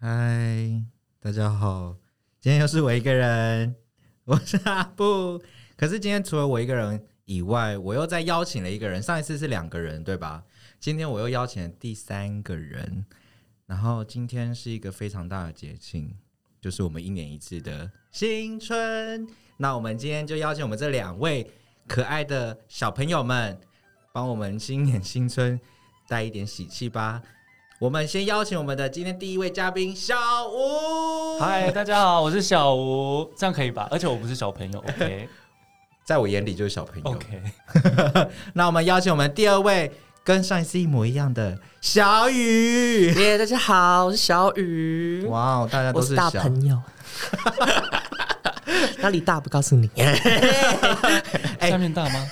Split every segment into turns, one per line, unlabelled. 嗨，大家好，今天又是我一个人，我是阿布。 可是今天除了我一个人以外，我又再邀请了一个人。上一次是两个人，对吧？今天我又邀请了第三个人。然后今天是一个非常大的节庆，就是我们一年一次的新春。那我们今天就邀请我们这两位可爱的小朋友们，帮我们新年新春带一点喜气吧。我们先邀请我们的今天第一位嘉宾小吴。
嗨，大家好，我是小吴，这样可以吧？而且我不是小朋友，OK
在我眼里就是小朋友。
OK。
那我们邀请我们第二位跟上一次一模一样的小雨。
耶大家好，我是小雨，
哇哦，大家
我
都
是大
小，
朋 友。哪里大不告诉你，
哎
下面大吗？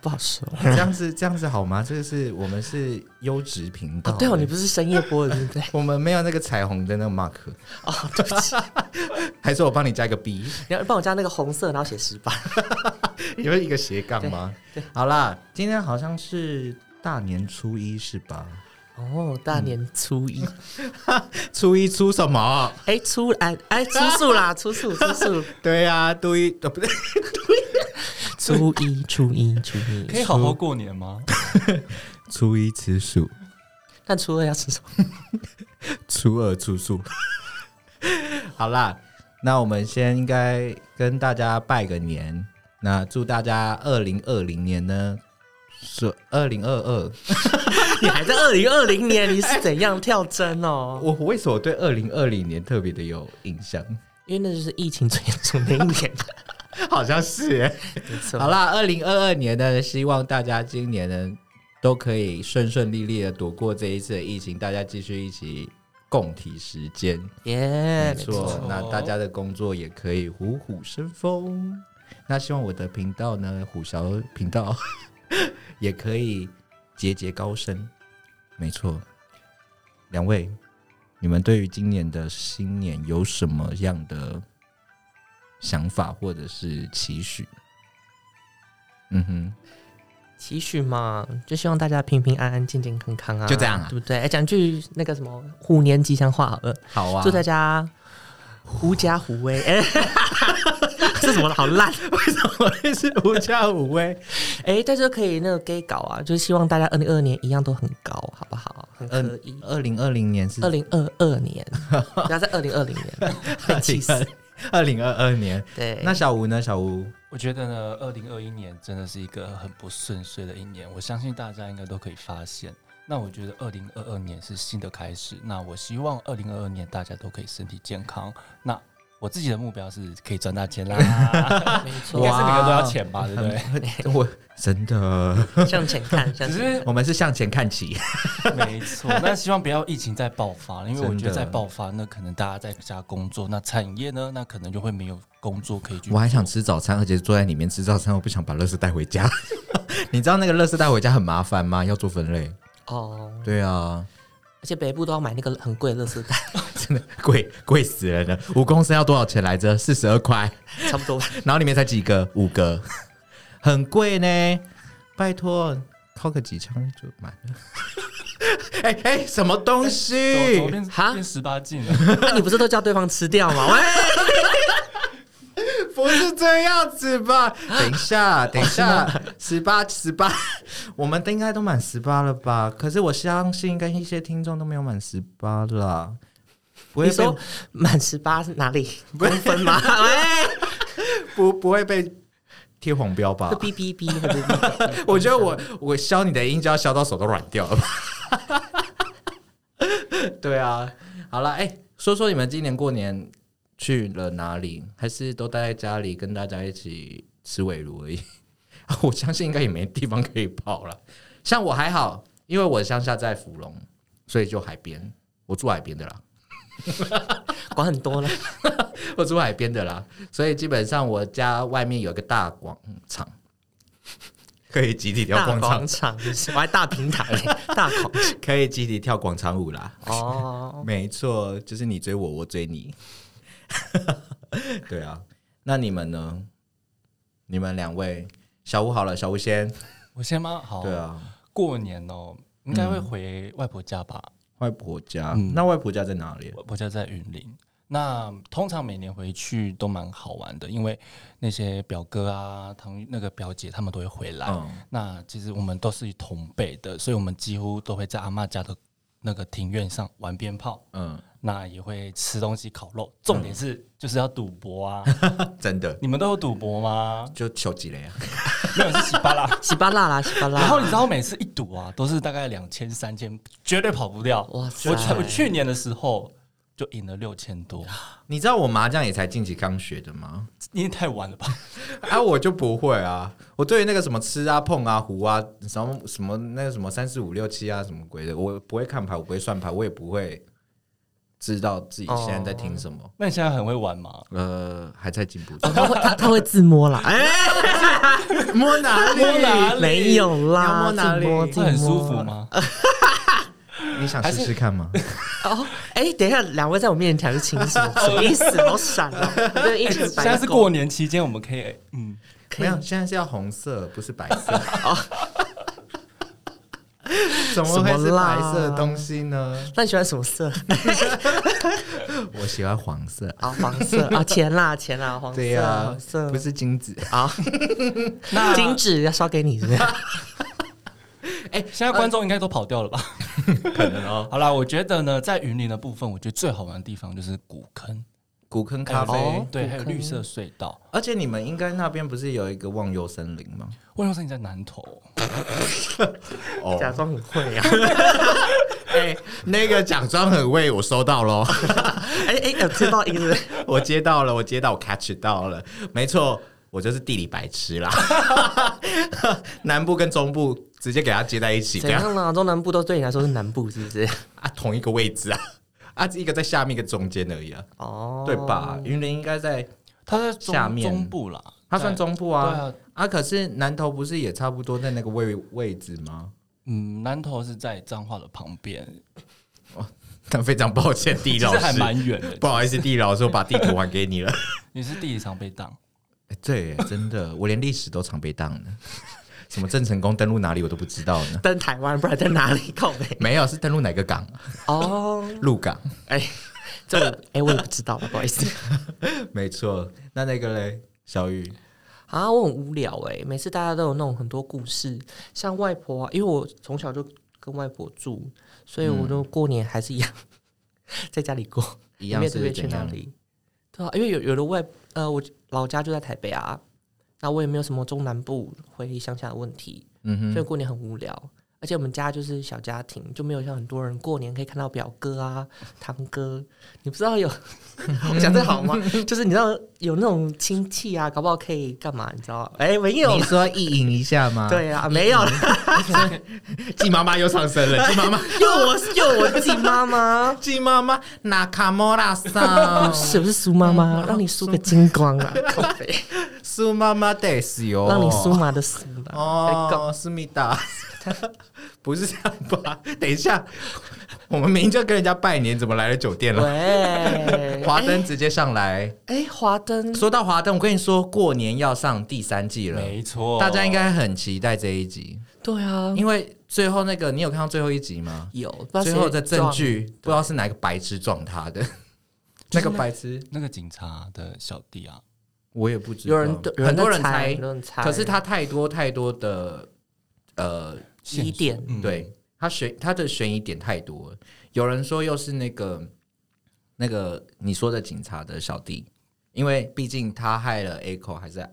不好说。
这样子这样子好吗？这个是我们是优质频道、
哦，对哦，你不是深夜播的，对不对？
我们没有那个彩虹的那个 mark，
哦，对不起，
还是我帮你加一个 B，
你要帮我加那个红色，然后写十八。
有一个斜杠吗？好啦，今天好像是大年初一是吧？
哦，大年初一，
初一初什么？
嗯哎、初哎哎，初数啦， 初数，初数，
对呀、啊，初一呃不对，
初一，初一，初一。
可以好好过年吗？
初一吃素，
但初二要吃什么？
初二初素。 好啦，那我们先应该跟大家拜个年，那祝大家二零二零年呢是二零二二。
你还在二零二零年，你是怎样跳针 哦？
我为什么对二零二零年特别的有印象？
因为那就是疫情最严重的一年，
好像是耶。
没错。
好啦，二零二二年呢，希望大家今年呢都可以顺顺利利的躲过这一次的疫情，大家继续一起共体时间。
耶、
没错，那大家的工作也可以虎虎生风。那希望我的频道呢，虎小频道 也可以节节高升。没错，两位，你们对于今年的新年有什么样的想法或者是期许？嗯哼，
期许嘛，就希望大家平平安安、健健康康啊，
就这样啊
对不对？哎，讲句那个什么虎年吉祥话好了，
好啊，
祝大家狐假虎威。 哎， 这怎么好烂？
为什么会是无价无威？
哎，但是可以那个 gay 搞啊，就是希望大家二零二二年一样都很高，好不好？很可
嗯
以，。
二零二零年是
二零二二 年，不要在二零二零年被气死。
啊二零二二年。
对，
那小吴呢？小吴，
我觉得呢，二零二一年真的是一个很不顺遂的一年，我相信大家应该都可以发现。那我觉得二零二二年是新的开始，那我希望二零二二年大家都可以身体健康。那我自己的目标是可以赚大钱 啦，
没
应该
错，
是每个都要钱吧，对不对？
嗯 我真的，
向前看，向
只
前看。
是
我们是向前看齐。
没错，那希望不要疫情再爆发，因为我觉
真的
得再爆发，那可能大家在家工作，那产业呢，那可能就会没有工作可以去。
我还想吃早餐，而且坐在里面吃早餐，我不想把垃圾带回家。 你知道那个垃圾带回家很麻烦吗？要做分类。
哦，
对啊，
而且北部都要买那个很贵的乐圾袋，
真的贵贵死人了。五公升要多少钱来着？四十二块，
差不多吧。
然后里面才几个，五个，很贵呢。拜托，敲个几枪就满了。 哎哎、什么东
走走
西？
变
哈
变十八禁了，
那啊你不是都叫对方吃掉吗？ 喂，
不是这样子吧？
啊
等一下，等一
哦
下，十八十八，我们都应该都满十八了吧？可是我相信跟一些听众都没有满十八啦。不会
你
被
说满十八是哪里 公分吗？喂，
不不会被贴黄标吧
这？哔哔哔会不 会
我觉得我我削你的音就要削到手都软掉了吧？ 对啊，好了，哎、说说你们今年过年去了哪里？还是都待在家里跟大家一起吃围炉而已？ 我相信应该也没地方可以跑了。像我还好，因为我乡下在芙蓉，所以就海边。我住海边的啦，
管很多了？
我住海边的啦，所以基本上我家外面有一个大广场， 可以集体跳
大
广场
广，场，我 还大平台嘞，大广场
可以集体跳广场舞啦。
哦。
没错，就是你追我，我追你。 对啊，那你们呢？你们两位，小吴好了，小吴先。
我先吗？好，
对，啊，
过年哦，应该会回外婆家吧？
外婆家，
嗯
那外婆家在哪里？
我我家在云林。那通常每年回去都蛮好玩的，因为那些表哥啊、堂那个表姐他们都会回来。
嗯，
那其实我们都是同辈的，所以我们几乎都会在阿嬷家的那个庭院上玩鞭炮，
嗯，
那也会吃东西烤肉。重点是、就是要赌博啊！
真的
你们都有赌博吗？
就求几类啊？
没有是洗巴啦。
喜巴辣啦，喜巴辣。
然后你知道每次一赌啊，都是大概两千、三千，绝对跑不掉。
哇塞
我去我去年的时候就赢了六千多，
你知道我麻将也才近期刚学的吗？
你也太晚了吧？
啊，我就不会啊！我对于那个什么吃啊、碰啊、胡啊、什么什么那个什么三四五六七啊什么鬼的，我不会看牌，我不会算牌，我也不会知道自己现在在听什么。
那你现在很会玩吗？
呃，还在进步中。
他会他他会自摸啦，哎，
摸哪里？
摸哪里
没有
你要
啦，
摸哪里
自摸
这很舒服？吗？
你想试试看 吗？
自摸哦，哎，等一下，两位在我面前是清醒， 什么意思？好闪啊！就一群白
现在是
狗
过年期间，我们可以嗯，
可
没
以
有，现在是要红色，不是白色。 怎么会
什么
是白
啦
色的东西呢？
那你喜欢什么 色？
我喜欢黄色。
啊，黄色啊，钱啦，钱啦，黄
对
色，
呀
黄，色
不，是金子。
啊，
那
金纸要烧给你是 不是？
哎、现在观众应该都跑掉了吧？ 可能哦。好啦，我觉得呢，在云林的部分，我觉得最好玩的地方就是古坑、
古坑咖啡，
哦对，
古
还
坑
有绿色隧道。
而且你们应该那边不是有一个忘忧森林吗？
为什么你在南投？
假
哦，
装很会啊！
哎、那个奖章很味，我收到喽，
哎哎，有听到音了？
我接到了，我接到，我 catch 到了，没错，我就是地理白痴啦， 南部跟中部直接给它接在一起，这
怎
样
样啦？中南部都对你来说是南部是不是？
啊，同一个位置啊， 啊，一个在下面，一个中间而已啊，
哦，
对吧？？云林应该在，
它在中
下面
中部啦，
它算
在
中部
对
啊，
啊。
啊，可是南投不是也差不多在那个位位置吗？
嗯，南投是在彰化的旁边，
但非常抱歉，地
其
理
实
老
还
师，
蛮远的
不。好意思，地理老师，我把地图还给你了。
你是地理常被当，
哎，对耶，真的，我连历史都常被当呢。 什么郑成功登陆哪里我都不知道呢。
登台湾，不然在哪里？靠北
没有，是登陆哪个港？
哦，
鹿 港，
哎，这我哎我也不知道，不好意思
没错。那那个嘞，小雨，
啊，我很无聊哎。每次大家都有那种很多故事，像外婆啊，因为我从小就跟外婆住，所以
嗯
我就过年还是一样 在家里过。
一
也
样
没有特别
是
去
怎
哪
样？
里？对啊，因为有有的外呃，我老家就在台北啊，那我也没有什么中南部回乡下的问题，
嗯
所以
哼，
过年很无聊。而且我们家就是小家庭，就没有像很多人过年可以看到表哥啊、堂哥。你不知道有 我讲这好吗？ 就是你知道有那种亲戚啊，搞不好可以干嘛？你知道？哎、没有
你，说意淫一下 吗？，
对啊，没有啦，
季妈妈又上身了，季妈妈，，
又我又我自己妈妈
季妈妈，那卡莫拉桑，
是不是苏妈妈？让你输个精光 啊！靠北
苏妈妈得死哟，
让你苏哎麻的苏啦。
哦，思密达， 不是这样吧？等一下，我们明明就跟人家拜年，怎么来了酒店了？
喂，
华灯直接上来。
哎，华灯
说到华灯，我跟你说，过年要上第三季了，
没错，
啊大家应该很期待这一集，
对啊，
因为最后那个你有看到最后一集吗？
有不知道
最后
谁
的证
撞
据不知道是哪个白痴撞他的， 那个白痴
那个警察的小弟啊，
我也不知道，
有人对有
很多
在
人
猜，
猜
很，多人猜，
可是他太多太多的呃
线
疑
索
点
嗯
对他悬他的悬疑点太多了。有人说又是那个那个你说的警察的小弟，因为毕竟他害了 Echo 还是爱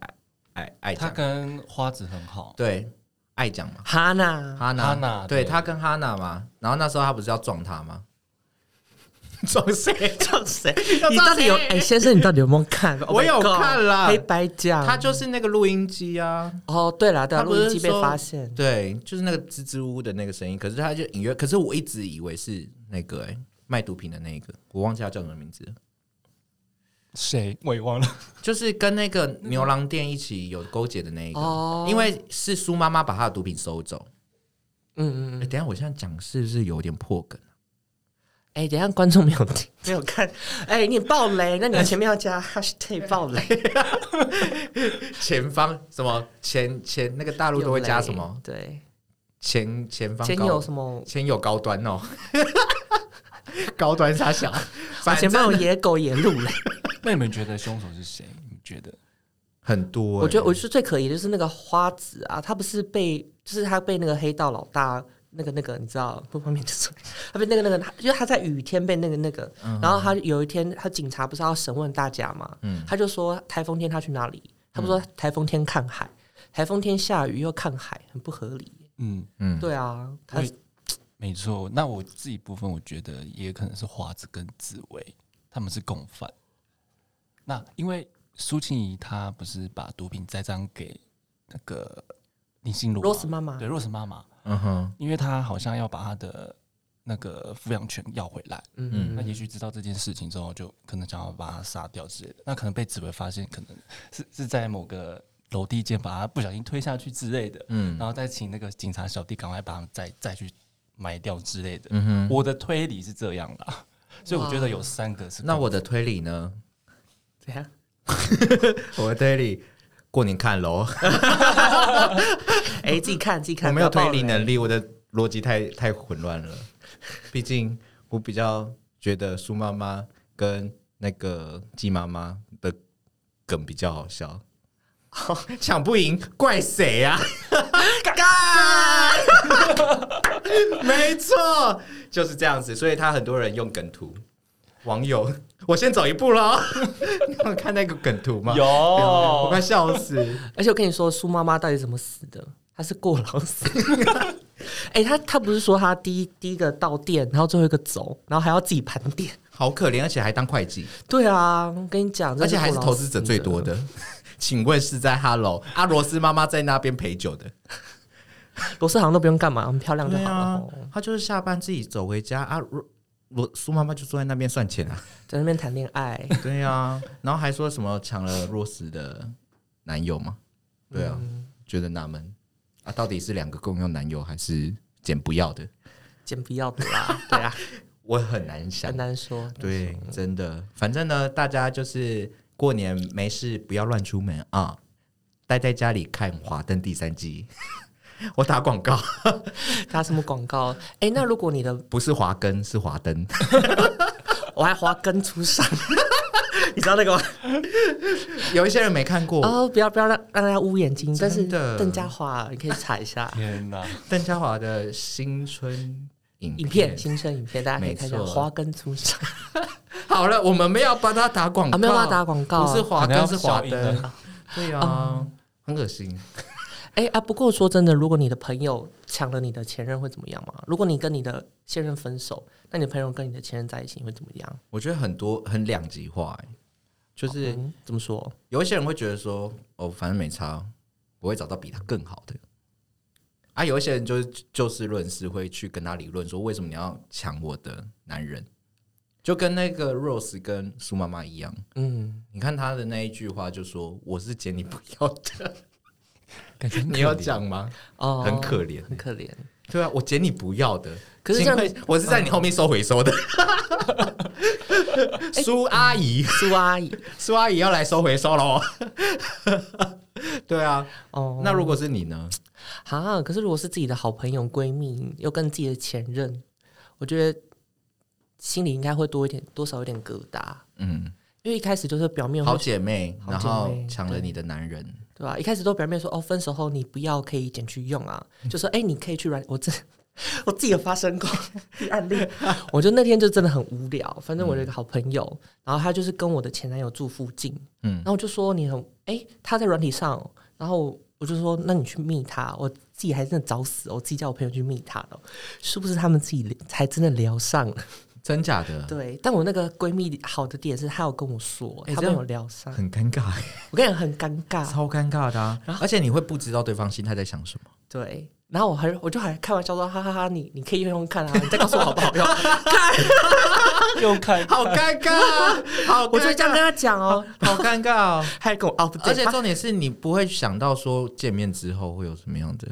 爱爱
他
讲
跟花子很好，
对爱讲嘛，
哈娜
哈娜
Hana，
对
对
他跟哈娜嘛，然后那时候他不是要撞他吗？ 撞谁？
撞谁？
要
你
撞
到底有
谁
哎，先生，你到底有没有看？Oh my
我有
God，
看啦
黑白讲，
哎他就是那个录音机啊，
哦，对了，对啦，
他不
录
是
音机被
说
发现，
对，就是那个支支吾吾的那个声音。可是他就隐约，可是我一直以为是那个、欸、卖毒品的那个，我忘记他叫什么名字了。
谁我也忘了，
就是跟那个牛郎店一起有勾结的那一个，
哦
因为是苏妈妈把她的毒品收走。
嗯嗯
诶
嗯，
等一下我现在讲是不是有点破梗？啊
哎，等一下观众没有听， 没有看，哎，你爆雷，那你前面要加 hashtag 爆 雷，
前方什么前前那个大陆都会加什么
有雷？对，
前前方
前
高
有什么？啊
前有高端哦，高端傻小，
把
反
前面
正
有野狗野鹿了。
那你们觉得凶手是谁？你们觉得？
很多欸、
我觉得我是最可疑的就是那个花子啊，他不是被就是他被那个黑道老大那个那个你知道不方便就 说，他被那个那个他就是他在雨天被那个那个，然后他有一天他警察不是要审问大家嘛，
嗯
他就说台风天他去哪里？他不说台风天看海，台风天下雨又看海，很不合理。
嗯，
嗯，
对啊，他
我也没错。那我自己部分，我觉得也可能是华子跟紫薇他们是共犯。那因为苏庆怡她不是把毒品栽赃给那个林心如吗
Rose 妈妈
对 Rose 妈妈，
嗯哼，
因为她好像要把她的那个抚养权要回来。
嗯
那也许知道这件事情之后，就可能想要把他杀掉之类的。那可能被紫薇发现，可能是是在某个楼梯间把他不小心推下去之类的，
嗯
然后再请那个警察小弟赶快把他们再再去埋掉之类的。
嗯哼，
我的推理是这样啦， 所以我觉得有三个是
那我的推理 呢？
怎样？
我的推理，过年看喽，
哎、自己看自己看，
我没有
不要
推
爆
理
雷
能力，我的逻辑太太混乱了。 毕竟我比较觉得苏妈妈跟那个季妈妈的梗比较好笑，抢不赢怪谁呀、啊？ 没错，就是这样子，所以他很多人用梗图。网友，我先走一步喽。 你有看那个梗图吗？
有
我快笑死。
而且我跟你说，苏妈妈到底怎么死的？她是过劳死。 哎、她她不是说她第一第一个到店，然后最后一个走，然后还要自己盘点。
好可怜，而且还当会计，
对啊，我跟你讲，
而且还是
真的过劳死
投资者最多。的。 请问是在 Hello 阿罗斯妈妈在那边陪酒的？
罗斯好像都不用干嘛，很漂亮就好了哦、，
他啊就是下班自己走回家啊。罗罗苏妈妈就坐在那边算钱啊。
在那边谈恋爱。
对啊，然后还说什么抢了罗斯的男友吗？对啊，觉得纳闷啊，到底是两个共用男友还是捡不要的？
捡不要的啦，对啊，
我很难想
很。难说。
对，真的，反正呢，大家就是过年没事不要乱出门啊，待在家里看《华灯》第三季。 我打广告，
打什么广告？哎、那如果你的
不是华根，是华灯。
我还花根出上，你知道那个吗？
有一些人没看过，
哦，不要不要让让大家捂眼睛。但是
真的
邓家华，你可以查一下
天哪，
邓家华的新春 影
影
片。
片新生影片，大家可以看一下
没错
花根出上。
好了，我们没有帮他打广告，
啊没有帮他打广告哦
不是华
可能要
根，是华
消音
灯。对啊，很恶心。
哎、啊，不过说真的，如果你的朋友抢了你的前任会怎么样吗？如果你跟你的现任分手，那你的朋友跟你的前任在一起你会怎么样？
我觉得很多很两极化、欸，就是
哦
嗯，怎么说？
有一些人会觉得说，哦，反正没差，我会找到比他更好的。啊，有一些人就是就事论事，会去跟他理论说，为什么你要抢我的男人？就跟那个 Rose 跟苏妈妈一样，
嗯，
你看他的那一句话，就说我是捡你不要的，
感觉很
你要
可怜
讲吗？
哦，
很可怜
很可怜。
对啊，我捡你不要的。
可是这样
请问我是在你后面收回 收的。苏阿姨，
哎苏阿姨，
苏阿姨要来收回收喽。 对啊，
哦，
那如果是你呢？
哈，可是如果是自己的好朋友、闺蜜，又跟自己的前任，我觉得心里应该会多一点，多少有点疙瘩，
嗯，
因为一开始就是表面会
好姐妹，
好
然
姐
后
妹
抢了你的男人，
对吧、一开始都表面说哦，分手后你不要可以捡去用啊，
嗯
就说哎、你可以去软，我这 我自己有发 生过案例， 我就那天就真的很无聊，反正我有一个好朋友，然后他就是跟我的前男友住附近，
嗯
然后我就说你很哎、他在软体上哦，然后我就说那你去密他，我自己还真的找死，我自己叫我朋友去密他的哦，是不是他们自己才真的聊上了？
嗯真假的，
对，但我那个闺蜜好的点是，她有跟我说，
哎
他
这
们
样
有聊上，
很尴尬，欸
我跟你讲很尴尬，
超尴尬的啊。而且你会不知道对方心态在想什么。
对，然后我还我就还开玩笑说，哈哈哈，你你可以用用看啊， 你再告诉我好不好用？
又 看
好尴尬啊，好
我就
尴
这样跟
尬，
他讲哦，
好尴尬哦。
还跟我 update，
而且
他
重点是你不会想到说见面之后会有什么样的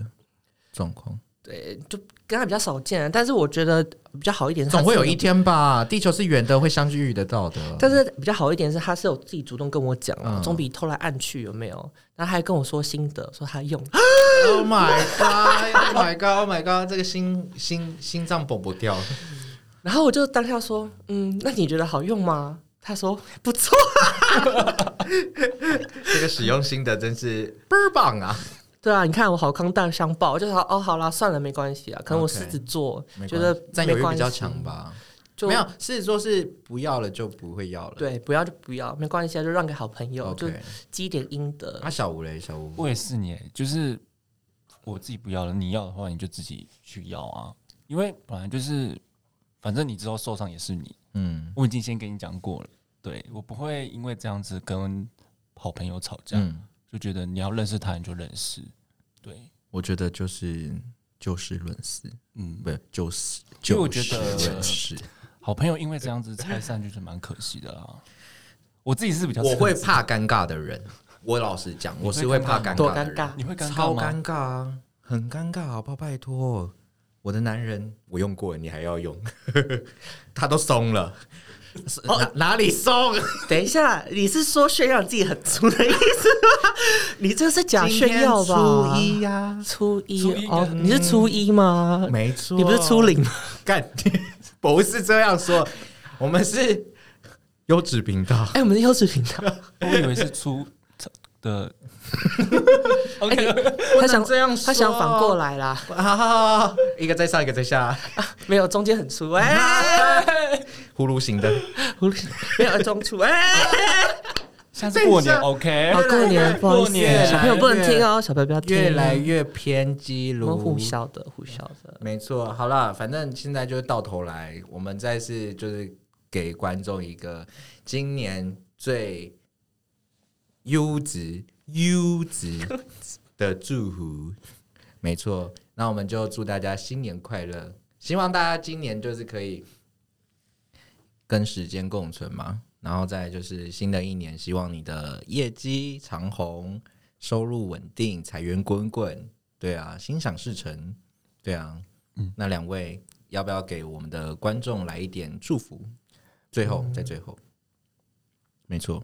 状况，
对，就跟他比较少见，但是我觉得比较好一点，
总会有一。天吧。地球是圆的，会相聚遇得到 的。
但是比较好一点是，他是有自己主动跟我讲啊，
嗯
总比偷来暗去有没有？然后他还跟我说心得，说他用，
Oh my god! Oh my god! Oh my god! 这个心心心脏蹦不掉。
然后我就当下说，嗯，那你觉得好用吗？他说不错，
这个使用心得真是倍儿棒啊！
对啊，你看我好康大相报，我就说哦，好啦，算了，没关系啊，可能我
OK
狮子座
没
觉
关
得
占
没
有欲
关
比较
系
强，吧？
就
没有，狮子座是不要了就不会要了。
对，不要就不要，没关系啊，就让给好朋友，就
，OK。
积点阴德
那。小吴嘞，小吴，
我也是你耶，就是我自己不要了，你要的话你就自己去要啊，因为本来就是，反正你之后受伤也是你，
嗯
我已经先跟你讲过了，对我不会因为这样子跟好朋友吵架，
嗯，
就觉得你要认识他你就认识，对，
我觉得就是就事论事，
嗯，
不就是
因为
就
我觉
事
得
论事。
好朋友因为这样子拆散就是蛮可惜的啦。我自己是比较，
我会，怕尴尬的人，我老实讲，我是会怕尴
多
尬的
尴尬
人，
你会尴
超
尬吗？
尴尬啊，很尴尬，好不好？拜托，我的男人我用过了，你还要用，他都松了。是哪哪里松？
等一下，你是说炫耀自己很粗的意思吗？你这是假炫耀吧？
今天初一呀，
初一，
初一
哦，
跟
你是初一吗？
没错，
你不是初零吗？
干，不是这样说，我们是优质频道。
哎、我们是优质频道，
我以为是出 的。
哎
OK，
他想
不能这样说
他想反过来啦，
啊，一个在上，一个在下，
没有中间很粗，哎、
葫芦形的。
狐狸没有中粗，哎、
下次过
等一
年
下
OK
好。啊过年，不好意
过
思，
年
小朋友不能听哦，小朋友不要听，
越来越偏激
我们
如
互。笑的，互笑的，
没错，好了，反正现在就是到头来，我们再是就是给观众一个今年最优质优质的祝福。没错，那我们就祝大家新年快乐，希望大家今年就是可以跟时间共存嘛。然后再来就是新的一年，希望你的业绩长虹，收入稳定，财源滚滚。对啊，心想事成。对啊，
嗯
那两位要不要给我们的观众来一点祝福？最后，在最后，嗯没错，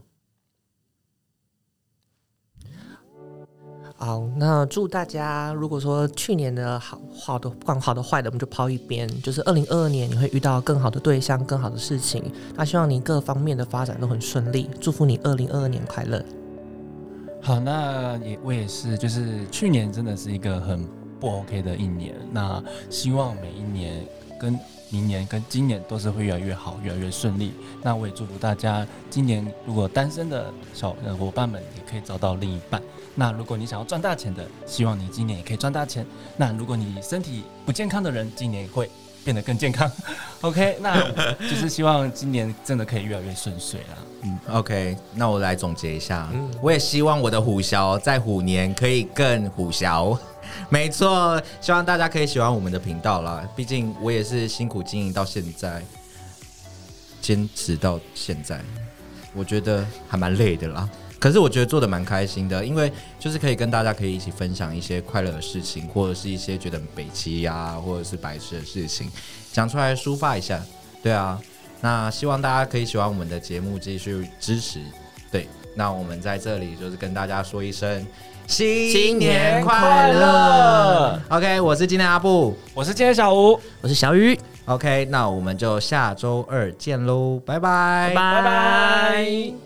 好，那祝大家，如果说去年的好好的，不管好的坏的，我们就抛一边。就是二零二二年，你会遇到更好的对象、更好的事情。那希望你各方面的发展都很顺利，祝福你二零二二年快乐。
好，那也我也是，就是去年真的是一个很不 OK 的一年。那希望每一年跟明年跟今年都是会越来越好，越来越顺利。那我也祝福大家，今年如果单身的小呃伙伴们也可以找到另一半。那如果你想要赚大钱的，希望你今年也可以赚大钱。那如果你身体不健康的人，今年也会变得更健康。OK，那就是希望今年真的可以越来越顺遂啦。嗯，
OK，那我来总结一下，我也希望我的虎啸在虎年可以更虎啸。 没错，希望大家可以喜欢我们的频道啦。毕竟我也是辛苦经营到现在，坚持到现在，我觉得还蛮累的啦。可是我觉得做的蛮开心的，因为就是可以跟大家可以一起分享一些快乐的事情，或者是一些觉得很北齐呀、或者是白痴的事情，讲出来抒发一下。对啊，那希望大家可以喜欢我们的节目，继续支持。对，那我们在这里就是跟大家说一声新年快乐。OK，我是今天阿布。
我是今天小吴，
我是小雨，
OK，那我们就下周二见喽，拜拜
拜拜